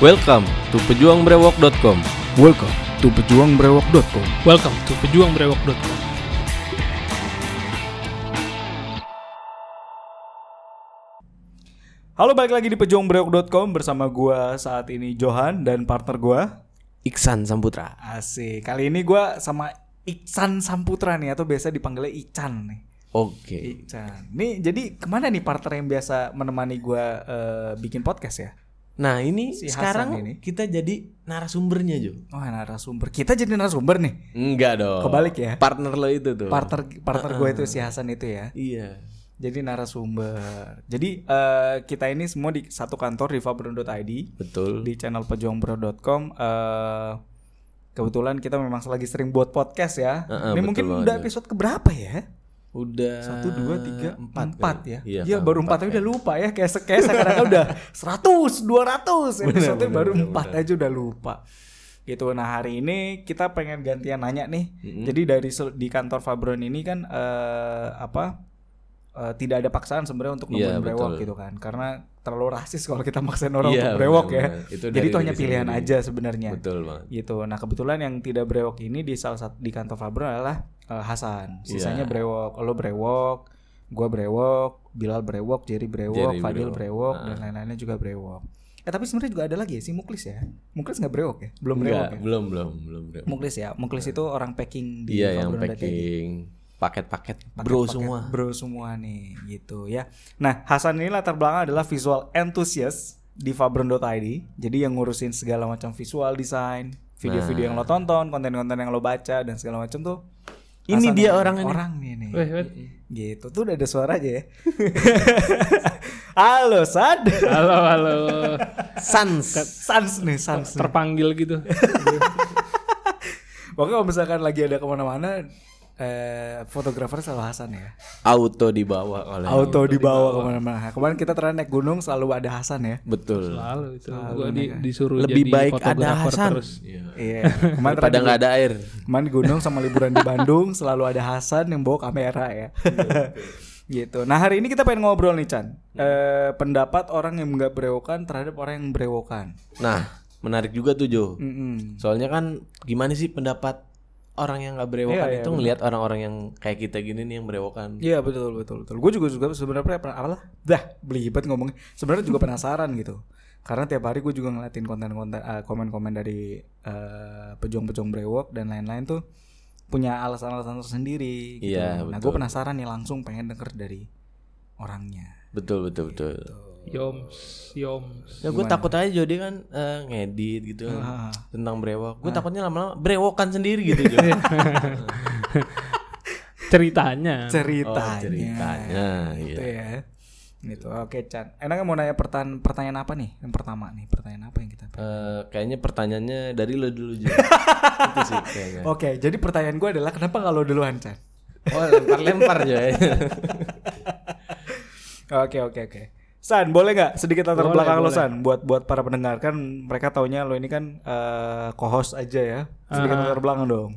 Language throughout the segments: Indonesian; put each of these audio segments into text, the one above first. Welcome to pejuangbrewok.com. Welcome to pejuangbrewok.com. Welcome to pejuangbrewok.com. Halo, balik lagi di pejuangbrewok.com bersama gua saat ini Johan dan partner gua Iksan Samputra. Asik. Kali ini gua sama Ican Samputra nih atau biasa dipanggilnya Ican nih. Oke. Ican. Nih, jadi kemana nih partner yang biasa menemani gua eh, bikin podcast ya? Nah ini Si Hasan sekarang ini. kita jadi narasumbernya Jo. Wah, Oh, ya, narasumber. Kita jadi narasumber nih. Enggak dong. Kebalik ya. Partner lo itu tuh. Partner partner gua itu si Hasan itu ya. Iya. Jadi narasumber. Jadi eh, kita ini semua di satu kantor di fabron.id. Betul. di channel pejuangbro.com eh kebetulan kita memang lagi sering buat podcast ya. Heeh, Ini betul mungkin banget, udah ya. episode keberapa ya? Udah. Satu, dua, tiga, empat, kali. ya? Iya. Iya, baru empat aja udah lupa ya. Kayak se- kayak seakan-akan udah 100, 200 episode bener, baru bener, empat aja udah lupa. Gitu. Nah, hari ini kita pengen gantian nanya nih. Jadi dari sel- di kantor Fabron ini kan eh apa? eh, tidak ada paksaan sebenarnya untuk Iya, nemuin brewok betul. gitu kan. Karena terlalu rasis kalau kita maksain orang Iya, untuk brewok ya. benar-benar. Itu Jadi dari itu hanya diri pilihan sendiri. aja sebenarnya Iya. Betul banget. gitu. Nah kebetulan yang tidak brewok ini di salah satu di kantor Fabro adalah eh, Hasan. Sisanya Iya. brewok, lo brewok, gua brewok, Bilal brewok, Jerry brewok, Jerry brewok. Fadil Ah. brewok, dan lain-lainnya juga brewok. Eh tapi sebenarnya juga ada lagi ya si Muklis ya. Muklis nggak brewok ya? Belum brewok Enggak, ya? belum belum belum. belum. Muklis ya. Muklis itu orang packing di Iya yang Fabro.id. packing paket-paket bro Paket-paket semua. Bro semua nih gitu ya. Nah, Hasan ini latar belakang adalah visual enthusiast di fabron.id. Jadi yang ngurusin segala macam visual design, video-video yang Nah. lo tonton, konten-konten yang lo baca dan segala macam tuh. Ini dia orangnya orangnya nih. Orangnya nih. Gitu tuh udah ada suara aja ya. Halo Sad. Halo, halo. Sans. Sans nih, Sans. nih. Terpanggil gitu. Pokoknya kalau misalkan lagi ada kemana-mana, eh, fotografer selalu Hasan ya. Auto dibawa oleh. Auto dibawa kemana-mana. Kemarin kita terakhir naik gunung selalu ada Hasan ya. Betul. Halo itu. Gua di, disuruh Lebih jadi baik ada fotografer Hasan. terus. Iya. Iya. Kemarin Pada terakhir nggak ada air. Kemarin di gunung sama liburan di Bandung selalu ada Hasan yang bawa kamera ya. gitu. Nah hari ini kita pengen ngobrol nih Chan. Eh, pendapat orang yang nggak berewokan terhadap orang yang berewokan. Nah, menarik juga tuh Jo. Mm-mm. Soalnya kan gimana sih pendapat orang yang nggak berewokan itu ngelihat orang-orang yang kayak kita gini nih yang berewokan. Iya betul betul betul. Gue juga juga sebenarnya pernah apalah. Dah belibet ngomongnya. Sebenarnya juga penasaran gitu. Karena tiap hari gue juga ngeliatin konten-konten eh, komen-komen dari eh, pejuang-pejuang brewok dan lain-lain tuh punya alasan-alasan tersendiri. Gitu. Iya, nah gue penasaran nih langsung pengen denger dari orangnya. Betul betul betul. Yoms, yoms. Ya gue takut aja Jo dia kan eh, ngedit gitu kan, tentang berewok. Gue takutnya lama-lama berewokan sendiri gitu Jo. Ceritanya. Oh, ceritanya, Ceritanya. Iya. gitu ya gitu oke Chan enaknya mau nanya pertanyaan pertanyaan apa nih yang pertama nih pertanyaan apa yang kita Eh, kayaknya pertanyaannya dari lo dulu Jo. itu sih kayaknya. oke jadi pertanyaan gue adalah kenapa kalau duluan Chan Oh lempar-lempar Jo ya. oke oke oke San boleh nggak sedikit latar Boleh, belakang lo boleh. San buat buat para pendengar kan mereka taunya lo ini kan eh co-host aja ya Ah. sedikit latar belakang dong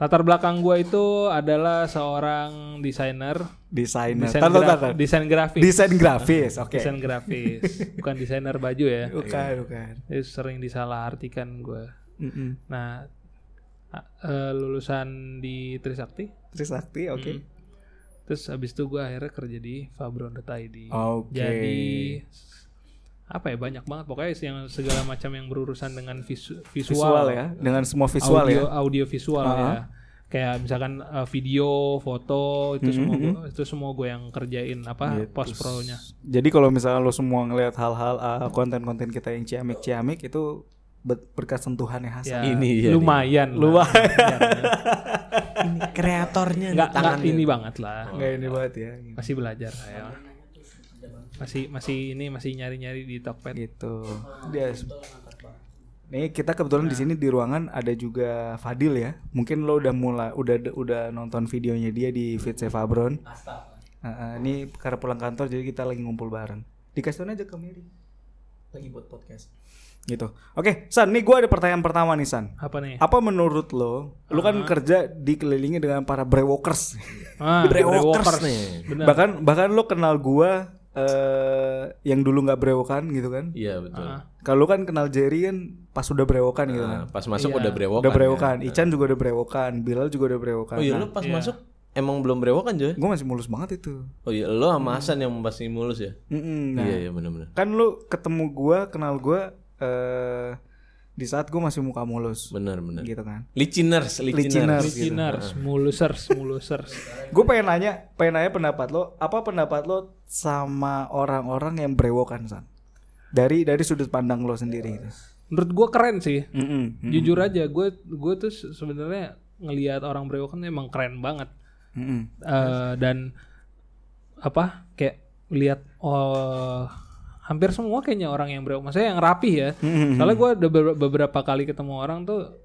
Latar belakang gua itu adalah seorang desainer. desainer Desain, Tar, tar, gra- tar, tar. desain grafis. desain grafis oke Desain grafis. Bukan desainer baju ya. bukan bukan Itu sering disalahartikan gua. Mm-mm. Nah, a- eh, lulusan di Trisakti. Trisakti oke Terus abis itu gua akhirnya kerja di Fabron.id. Oke. Jadi s- apa ya banyak banget pokoknya yang segala macam yang berurusan dengan visu- visual visual, ya dengan semua visual audio ya audio visual Ah. ya. Kayak misalkan eh, video, foto itu semua gua, itu semua gue yang kerjain apa post pro-nya. Jadi kalau misalnya lo semua ngelihat hal-hal uh, konten-konten kita yang ciamik-ciamik itu ber- berkat sentuhannya Hasan. Ya, Ini ya, lumayan. Lumayan. Kreatornya Enggak enggak Ya. ini banget lah. Nggak ini banget ya. Masih belajar ya. Masih masih ini masih nyari-nyari di Tokped. Gitu. Dia Nih kita kebetulan di sini di ruangan ada juga Fadil ya. Mungkin lo udah mulai udah udah nonton videonya dia di feed Fabron. Uh, uh, ini karena pulang kantor jadi kita lagi ngumpul bareng. Dikasih tau aja ke Miri. Lagi buat podcast. Gitu. Oke, San, nih gua ada pertanyaan pertama nih San. Apa nih? Apa menurut lo? Lo kan kerja dikelilingi dengan para brewokers. Ah, Brewokers brewokers. nih. Benar. bahkan bahkan lo kenal gua eh yang dulu nggak brewokan gitu kan? Iya betul. Kalau lu kan kenal Jerry kan pas udah brewokan gitu Nah, kan? pas masuk Iya. udah brewokan. Udah ya. brewokan, Ican juga udah brewokan, Bilal juga udah brewokan. Oh iya lu pas Iya. masuk emang belum brewokan Joy? Gue masih mulus banget itu. Oh iya lu sama Hasan yang pasti mulus ya? Mm-mm, nah, Iya iya benar-benar. kan lu ketemu gua, kenal gua eh di saat gua masih muka mulus Benar benar. gitu kan. Liciners, liciners. Liciners. Listeners, mulusers, mulusers. Gue pengen nanya, pengen nanya pendapat lo, apa pendapat lo sama orang-orang yang brewokan san? Dari dari sudut pandang lo sendiri gitu. Menurut gua keren sih. Mm-mm, mm-mm, Jujur aja, gue gue tuh se- sebenarnya ngelihat orang brewokan emang keren banget. mm-mm. Eh, dan apa kayak lihat oh hampir semua kayaknya orang yang brewok maksudnya yang rapi ya soalnya gue ada beber- beberapa kali ketemu orang tuh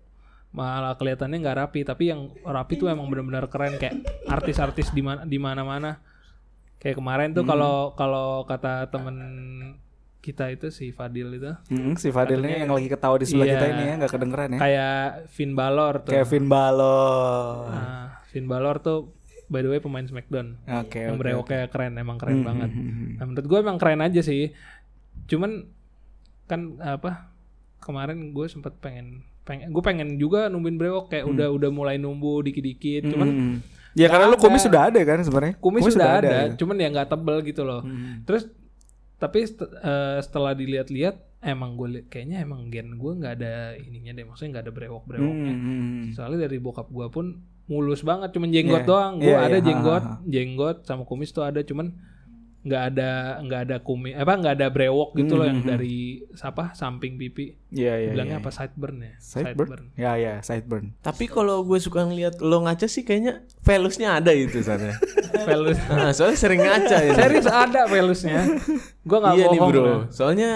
malah kelihatannya nggak rapi tapi yang rapi tuh emang benar-benar keren kayak artis-artis di mana di mana-mana kayak kemarin tuh kalau kalau kata temen kita itu si Fadil itu Mm-mm, si Fadilnya yang lagi ketawa di sebelah Iya. kita ini ya, nggak kedengeran ya. kayak Finn Balor tuh Kevin Balor. Nah, Finn Balor tuh by the way pemain Smackdown Oke. yang oke. brewoknya keren emang keren banget Mhm. Nah, menurut gue emang keren aja sih. Cuman kan apa kemarin gue sempet pengen pengen gue pengen juga numbuhin brewok Hmm. kayak udah udah mulai numbu dikit-dikit. Cuman Mm-mm. Ya karena lu kumis sudah ada kan sebenarnya. kumis, sudah ada, ya. Hmm, cuman ya nggak tebel gitu loh. Terus tapi set- eh, setelah dilihat-lihat emang gue kayaknya emang gen gue nggak ada ininya deh maksudnya nggak ada Hmm. brewok-brewoknya. Mm-mm. Soalnya dari bokap gue pun mulus banget, cuman Iya. jenggot doang. Gue Iya, ada iya. jenggot, Ha, jenggot sama kumis tuh ada, cuman nggak ada nggak ada kumis apa nggak ada brewok gitu loh yang dari apa samping pipi. Iya Hmm, iya. Bilangnya iya. apa sideburn ya? Sideburn. Ya ya sideburn. Tapi kalau gue suka ngeliat lo ngaca sih kayaknya velusnya ada itu sana. Velus. Ah, soalnya sering ngaca ya. Serius ada velusnya. Gue nggak iya nih bohong. ya. bro. loh. Soalnya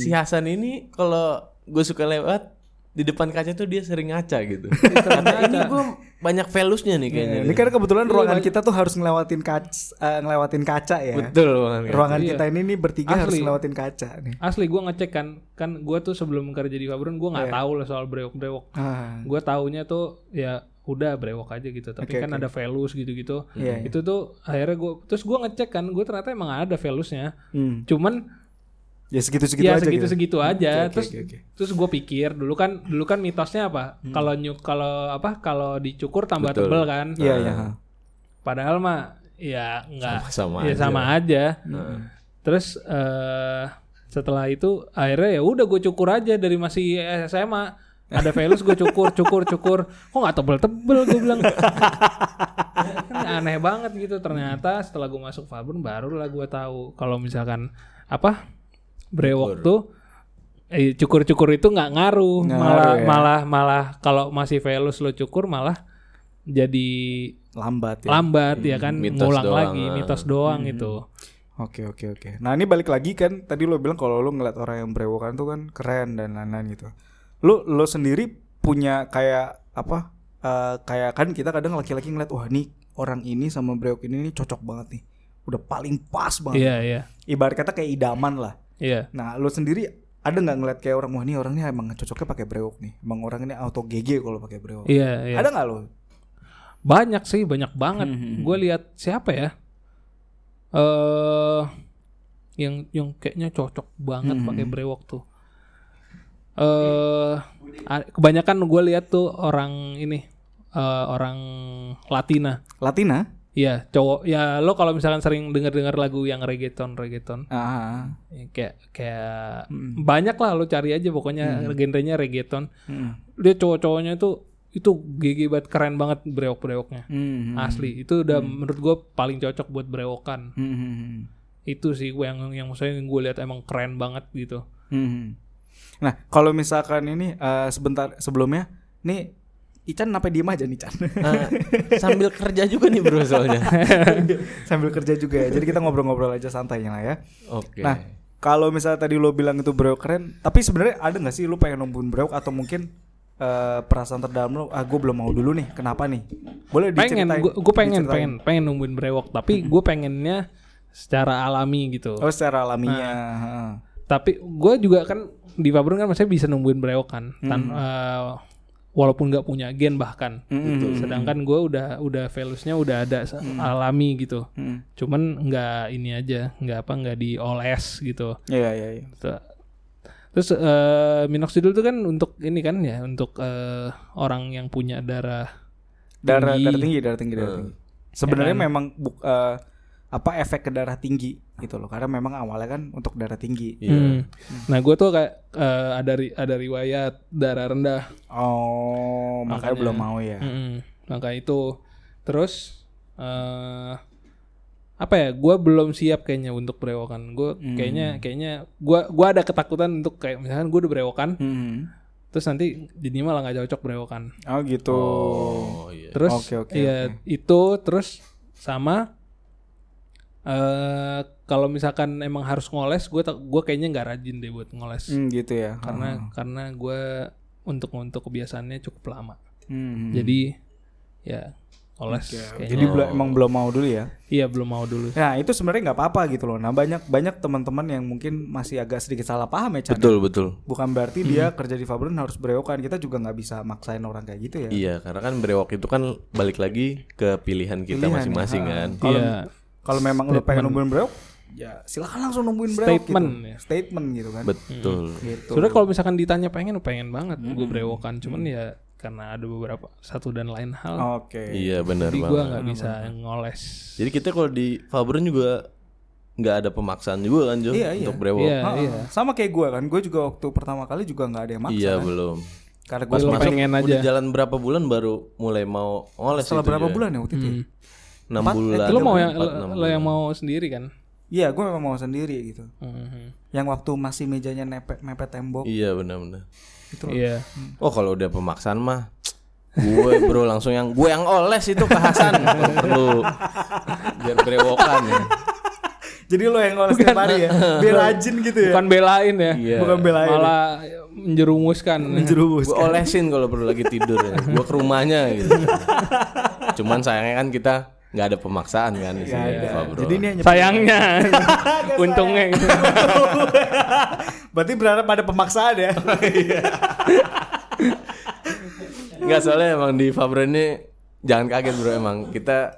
si Hasan ini kalau gue suka lewat di depan kaca tuh dia sering ngaca gitu. Kata, ini gue banyak velusnya nih kayaknya. Ini karena kebetulan ruangan kita tuh harus ngelewatin kaca, ngelewatin kaca ya. Betul banget. Ruangan Iya. kita ini nih bertiga harus Asli. ngelewatin kaca nih. Asli gue ngecek kan, kan gue tuh sebelum kerja di Fabron gue Iya. nggak tahu lah soal brewok-brewok. Ah, gue taunya tuh ya udah brewok aja gitu tapi Oke, kan ada velus gitu-gitu Iya, itu tuh akhirnya gue terus gue ngecek kan gue ternyata emang ada velusnya Hmm. cuman Ya segitu-segitu aja ya gitu. segitu-segitu aja oke, terus oke, Hmm. oke. terus gue pikir dulu kan dulu kan mitosnya apa kalau nyu kalau apa kalau dicukur tambah Betul. tebel kan Iya iya. padahal mah ya nggak Sama-sama ya aja. sama aja Hmm. terus eh setelah itu akhirnya ya udah gue cukur aja dari masih SMA ada velus gue cukur cukur cukur kok nggak tebel tebel gue bilang Kan aneh banget gitu ternyata setelah gue masuk Fabun barulah gue tahu kalau misalkan apa brewok tuh eh, cukur-cukur itu nggak ngaruh Nggak malah ngaruh ya. malah malah kalau masih velus lo cukur malah jadi Lambat ya. lambat ya Iya. kan Hmm, mitos ngulang doang, lagi ah. mitos doang gitu. itu Oke oke oke. Nah ini balik lagi kan tadi lo bilang kalau lo ngeliat orang yang berewokan tuh kan keren dan lain-lain gitu. Lo lo sendiri punya kayak apa? eh, kayak kan kita kadang laki-laki ngeliat wah nih orang ini sama brewok ini nih cocok banget nih. Udah paling pas banget. iya iya Ibarat kata kayak idaman lah. iya Nah lo sendiri ada nggak ngeliat kayak orang wah nih orangnya emang cocoknya pakai brewok nih. Emang orang ini auto GG kalau pakai brewok. iya iya Ada nggak lo? banyak sih banyak banget gue lihat siapa ya eh yang yang kayaknya cocok banget pakai brewok tuh eh a- kebanyakan gue lihat tuh orang ini eh, orang Latina Latina? Iya cowok ya lo kalau misalkan sering denger-dengar lagu yang reggaeton reggaeton Ah. Ya, kayak kayak banyak lah lo cari aja pokoknya genrenya reggaeton Hmm. dia cowok-cowoknya itu itu gigi banget keren banget brewok-brewoknya Hmm. asli itu udah menurut gue paling cocok buat brewokan Hmm, hmm, hmm. itu sih gue yang yang maksudnya gue lihat emang keren banget gitu Hmm. Nah, kalau misalkan ini eh, sebentar sebelumnya, nih Ican kenapa diem aja nih Ican? Ah, sambil kerja juga nih bro soalnya. Sambil kerja juga ya. Jadi kita ngobrol-ngobrol aja santainya lah ya. Oke. Nah, kalau misalnya tadi lo bilang itu brewok keren, tapi sebenarnya ada nggak sih lo pengen numbuhin brewok atau mungkin eh, perasaan terdalam lo, ah gue belum mau dulu nih, kenapa nih? Boleh diceritain. pengen gue pengen diceritain. pengen pengen nungguin brewok tapi gue pengennya secara alami gitu Oh secara alaminya. heeh. tapi gue juga kan di Fabron kan maksudnya bisa nungguin brewok kan tan- eh, walaupun nggak punya gen bahkan gitu. sedangkan gue udah udah valuesnya udah ada sa- alami gitu cuman nggak ini aja nggak apa nggak dioles gitu Iya iya iya. Gitu. terus eh minoxidil itu kan untuk ini kan ya untuk eh, orang yang punya darah Darah Tinggi. Eh. darah tinggi Ya kan? darah tinggi darah tinggi. Sebenarnya memang buk- eh, apa efek ke darah tinggi gitu loh karena memang awalnya kan untuk darah tinggi. Hmm. nah gue tuh kayak eh, ada ri- ada riwayat darah rendah Oh, makanya, Makanya. belum mau ya. Mm-mm. Langkah itu. Terus eh apa ya? Gua belum siap kayaknya untuk berewokan. Gue kayaknya Hmm. kayaknya gua gua ada ketakutan untuk kayak misalkan gue udah berewokan, Hmm. terus nanti jadinya malah nggak cocok berewokan. Oh gitu. Oh iya. Terus Oke, oke, ya itu terus sama eh kalau misalkan emang harus ngoles, gue gua kayaknya nggak rajin deh buat ngoles. Hmm, gitu ya. Karena karena gue untuk untuk kebiasaannya cukup lama. Hmm. Jadi ya ngoles kayaknya. Jadi bela- emang belum mau dulu ya. Iya belum mau dulu. Nah itu sebenarnya nggak apa-apa gitu loh. Nah banyak banyak teman-teman yang mungkin masih agak sedikit salah paham ya. Chan. Betul betul. Bukan berarti dia kerja di Fabron harus berewokan. Kita juga nggak bisa maksain orang kayak gitu ya. Iya karena kan brewok itu kan balik lagi ke pilihan kita Pilihan, masing-masing kan. Kalau Iya. kalau memang lo pengen nungguin brewok, ya silakan langsung nungguin brewok. Statement gitu. ya. Statement gitu kan. Betul. Hmm. gitu. Sudah kalau misalkan ditanya pengen pengen banget gue brewokan cuman ya karena ada beberapa satu dan lain hal Oke. Iya benar jadi banget. gue nggak bisa ngoles. Jadi kita kalau di Fabron juga nggak ada pemaksaan juga kan Jo Iya, iya. untuk brewok. Iya Iya, Iya. Ah, iya. Sama kayak gue kan. Gue juga waktu pertama kali juga nggak ada yang maksa. kan. belum. Karena gue Pas Masuk, pengen Udah aja. jalan berapa bulan baru mulai mau ngoles setelah itu, berapa Eh, Jo? bulan ya waktu itu? ya? Enam bulan. Lo mau yang Empat, lo- enam lo bulan. yang mau sendiri kan? Iya, gue memang mau sendiri gitu. Mhm. Yang waktu masih mejanya nepet mepet tembok. Iya benar-benar. Iya. Oh kalau udah pemaksaan mah gue bro langsung yang gue yang oles itu ke Hasan kalau perlu biar brewokan ya. Jadi lo yang ngoles tiap hari ya, biar rajin gitu ya. Bukan belain ya. Iya. Bukan belain. Malah menjerumuskan. Jerumus. Gue olesin kalau perlu lagi tidur ya. Gue ke rumahnya gitu. Cuman sayangnya kan kita nggak ada pemaksaan kan di sini Pak Bro. Jadi ini hanya Sayangnya. Untungnya gitu. berarti berharap ada pemaksaan ya. nggak soalnya emang di Fabro ini jangan kaget bro emang kita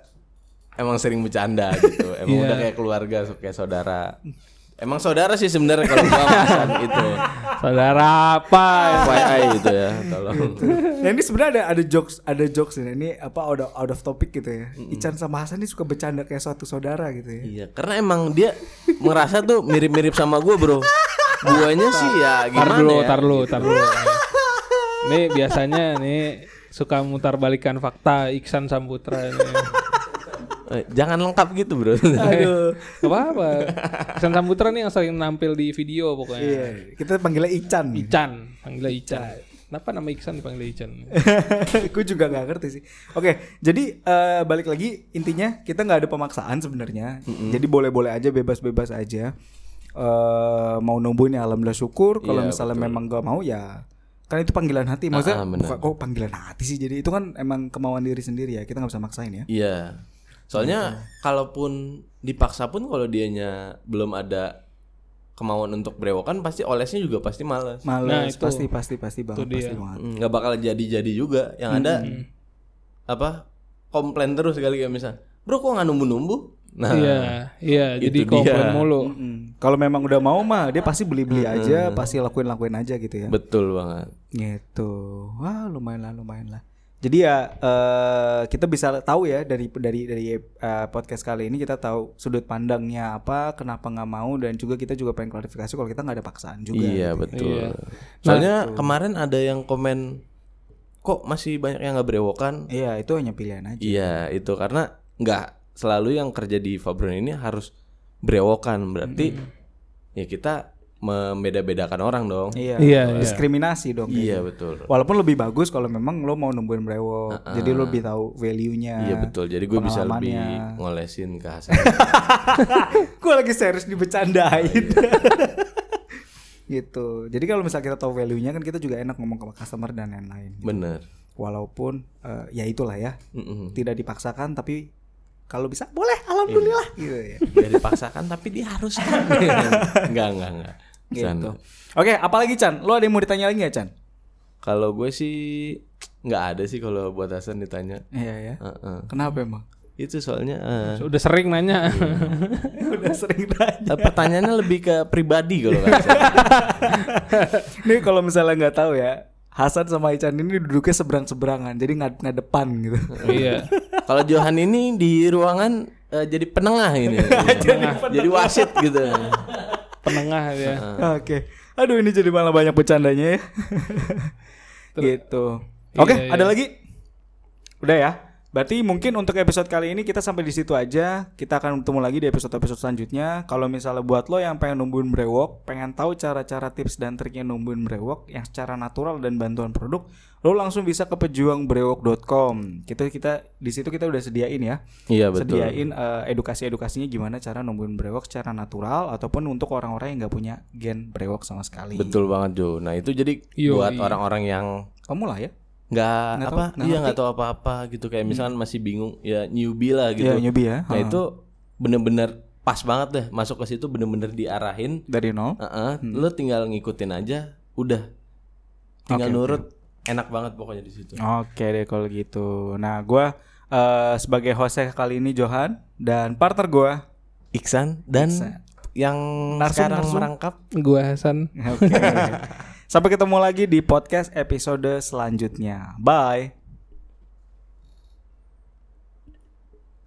emang sering bercanda gitu. Emang Iya. udah kayak keluarga kayak saudara. Emang saudara sih sebenarnya kalau gua gitu. sama Hasan itu. Saudara apa? FYI gitu ya tolong. nah, ini sebenarnya ada ada jokes, ada jokes ini. Ini apa out of, out of topic gitu ya. Ican sama Hasan ini suka bercanda kayak suatu saudara gitu ya. Iya, karena emang dia merasa tuh mirip-mirip sama gue bro. Guanya sih ya Tar gimana dulu, ya? tar dulu, tar dulu. Nih biasanya nih suka mutar balikan fakta Iksan Samputra ini. Eh, Jangan lengkap gitu bro. Aduh. Gak apa-apa. Iksan Samputra nih yang sering nampil di video pokoknya. Iya, kita panggilnya Ican. Ican, panggilnya Ican. Kenapa nama Iksan dipanggil Ican? Eh. gue juga nggak ngerti sih. Oke, jadi eh, balik lagi intinya kita nggak ada pemaksaan sebenarnya. Jadi boleh-boleh aja, bebas-bebas aja. eh mau nungguin ya alhamdulillah syukur. Kalau misalnya memang gak mau ya kan itu panggilan hati. Iya, Maksudnya Ah, benar. bukan kok panggilan hati sih. Jadi itu kan emang kemauan diri sendiri ya. Kita nggak bisa maksain ya. Iya. Soalnya kalaupun dipaksa pun kalau dianya belum ada kemauan untuk brewokan pasti olesnya juga pasti males. Males Nah, itu. pasti pasti pasti banget pasti banget. Mm, nggak bakal jadi-jadi juga. Yang ada apa? Komplain terus kali kayak misal, bro kok nggak numbu-numbu? Nah, Iya, iya. Jadi komplain mulu. Mm. Kalau memang udah mau mah dia pasti beli-beli aja, pasti lakuin-lakuin aja gitu ya. betul banget. Gitu. Wah, lumayan lah, lumayan lah. Jadi ya eh, kita bisa tahu ya dari dari dari eh, podcast kali ini kita tahu sudut pandangnya apa, kenapa nggak mau dan juga kita juga pengen klarifikasi kalau kita nggak ada paksaan juga. Iya gitu. betul. Iya. Soalnya kemarin ada yang komen kok masih banyak yang nggak berewokan. Iya, itu hanya pilihan aja. Iya itu karena nggak selalu yang kerja di Fabron ini harus berewokan berarti ya kita membeda-bedakan orang dong. Iya. Iya, Diskriminasi dong. kayak Iya gitu. betul. Walaupun lebih bagus kalau memang lo mau nemuin brewok, jadi lo lebih tahu value-nya. Iya betul. Jadi gue bisa lebih pengalamannya. ngolesin ke Hasan. gue lagi serius dibecandain gitu jadi kalau misalnya kita tahu value nya kan kita juga enak ngomong ke customer dan lain-lain Bener. walaupun eh, ya itulah ya Mm-mm. tidak dipaksakan tapi kalau bisa boleh alhamdulillah gitu ya Nggak dipaksakan tapi dia harus. Enggak enggak enggak. gitu oke apalagi Chan lo ada yang mau ditanya lagi ya Chan Kalau gue sih nggak ada sih kalau buat Hasan ditanya. Iya ya. Heeh. Kenapa emang? Itu soalnya eh, Udah sering nanya. Udah sering eh, tanya. pertanyaannya lebih ke pribadi kalau nggak salah. Nih kalau misalnya nggak tahu ya, Hasan sama Ican ini duduknya seberang-seberangan, jadi ngad ngadepan gitu. iya. Kalau Johan ini di ruangan eh, jadi penengah ini. jadi, wasit gitu. Penengah ya. Oke. Aduh ini jadi malah banyak bercandanya ya. gitu. Oke, Iya, ada lagi? Udah ya. Berarti mungkin untuk episode kali ini kita sampai di situ aja. Kita akan bertemu lagi di episode-episode selanjutnya. Kalau misalnya buat lo yang pengen numbuhin brewok, pengen tahu cara-cara tips dan triknya numbuhin brewok yang secara natural dan bantuan produk, lo langsung bisa ke pejuangbrewok.com. Kita kita di situ kita udah sediain ya Iya betul. sediain eh, edukasi-edukasinya gimana cara numbuhin brewok secara natural ataupun untuk orang-orang yang nggak punya gen brewok sama sekali. Betul banget Jo. Nah itu jadi Yo, buat iya. orang-orang yang Kamu lah ya. nggak Nggak tahu, apa nggak iya ngerti. Hmm. nggak tahu apa-apa gitu kayak misalkan masih bingung ya newbie lah gitu. Iya nyobi ya. Nah itu bener-bener pas banget deh masuk ke situ bener-bener diarahin. dari nol. Heeh, Lu tinggal ngikutin aja, udah. Tinggal Oke, oke. nurut, enak banget pokoknya di situ. Oke deh kalau gitu. Nah gua eh, sebagai hostnya kali ini Johan dan partner gua. Iksan dan yang Narsum, sekarang narsum. merangkap Gua Hasan. Oke. Sampai ketemu lagi di podcast episode selanjutnya. Bye.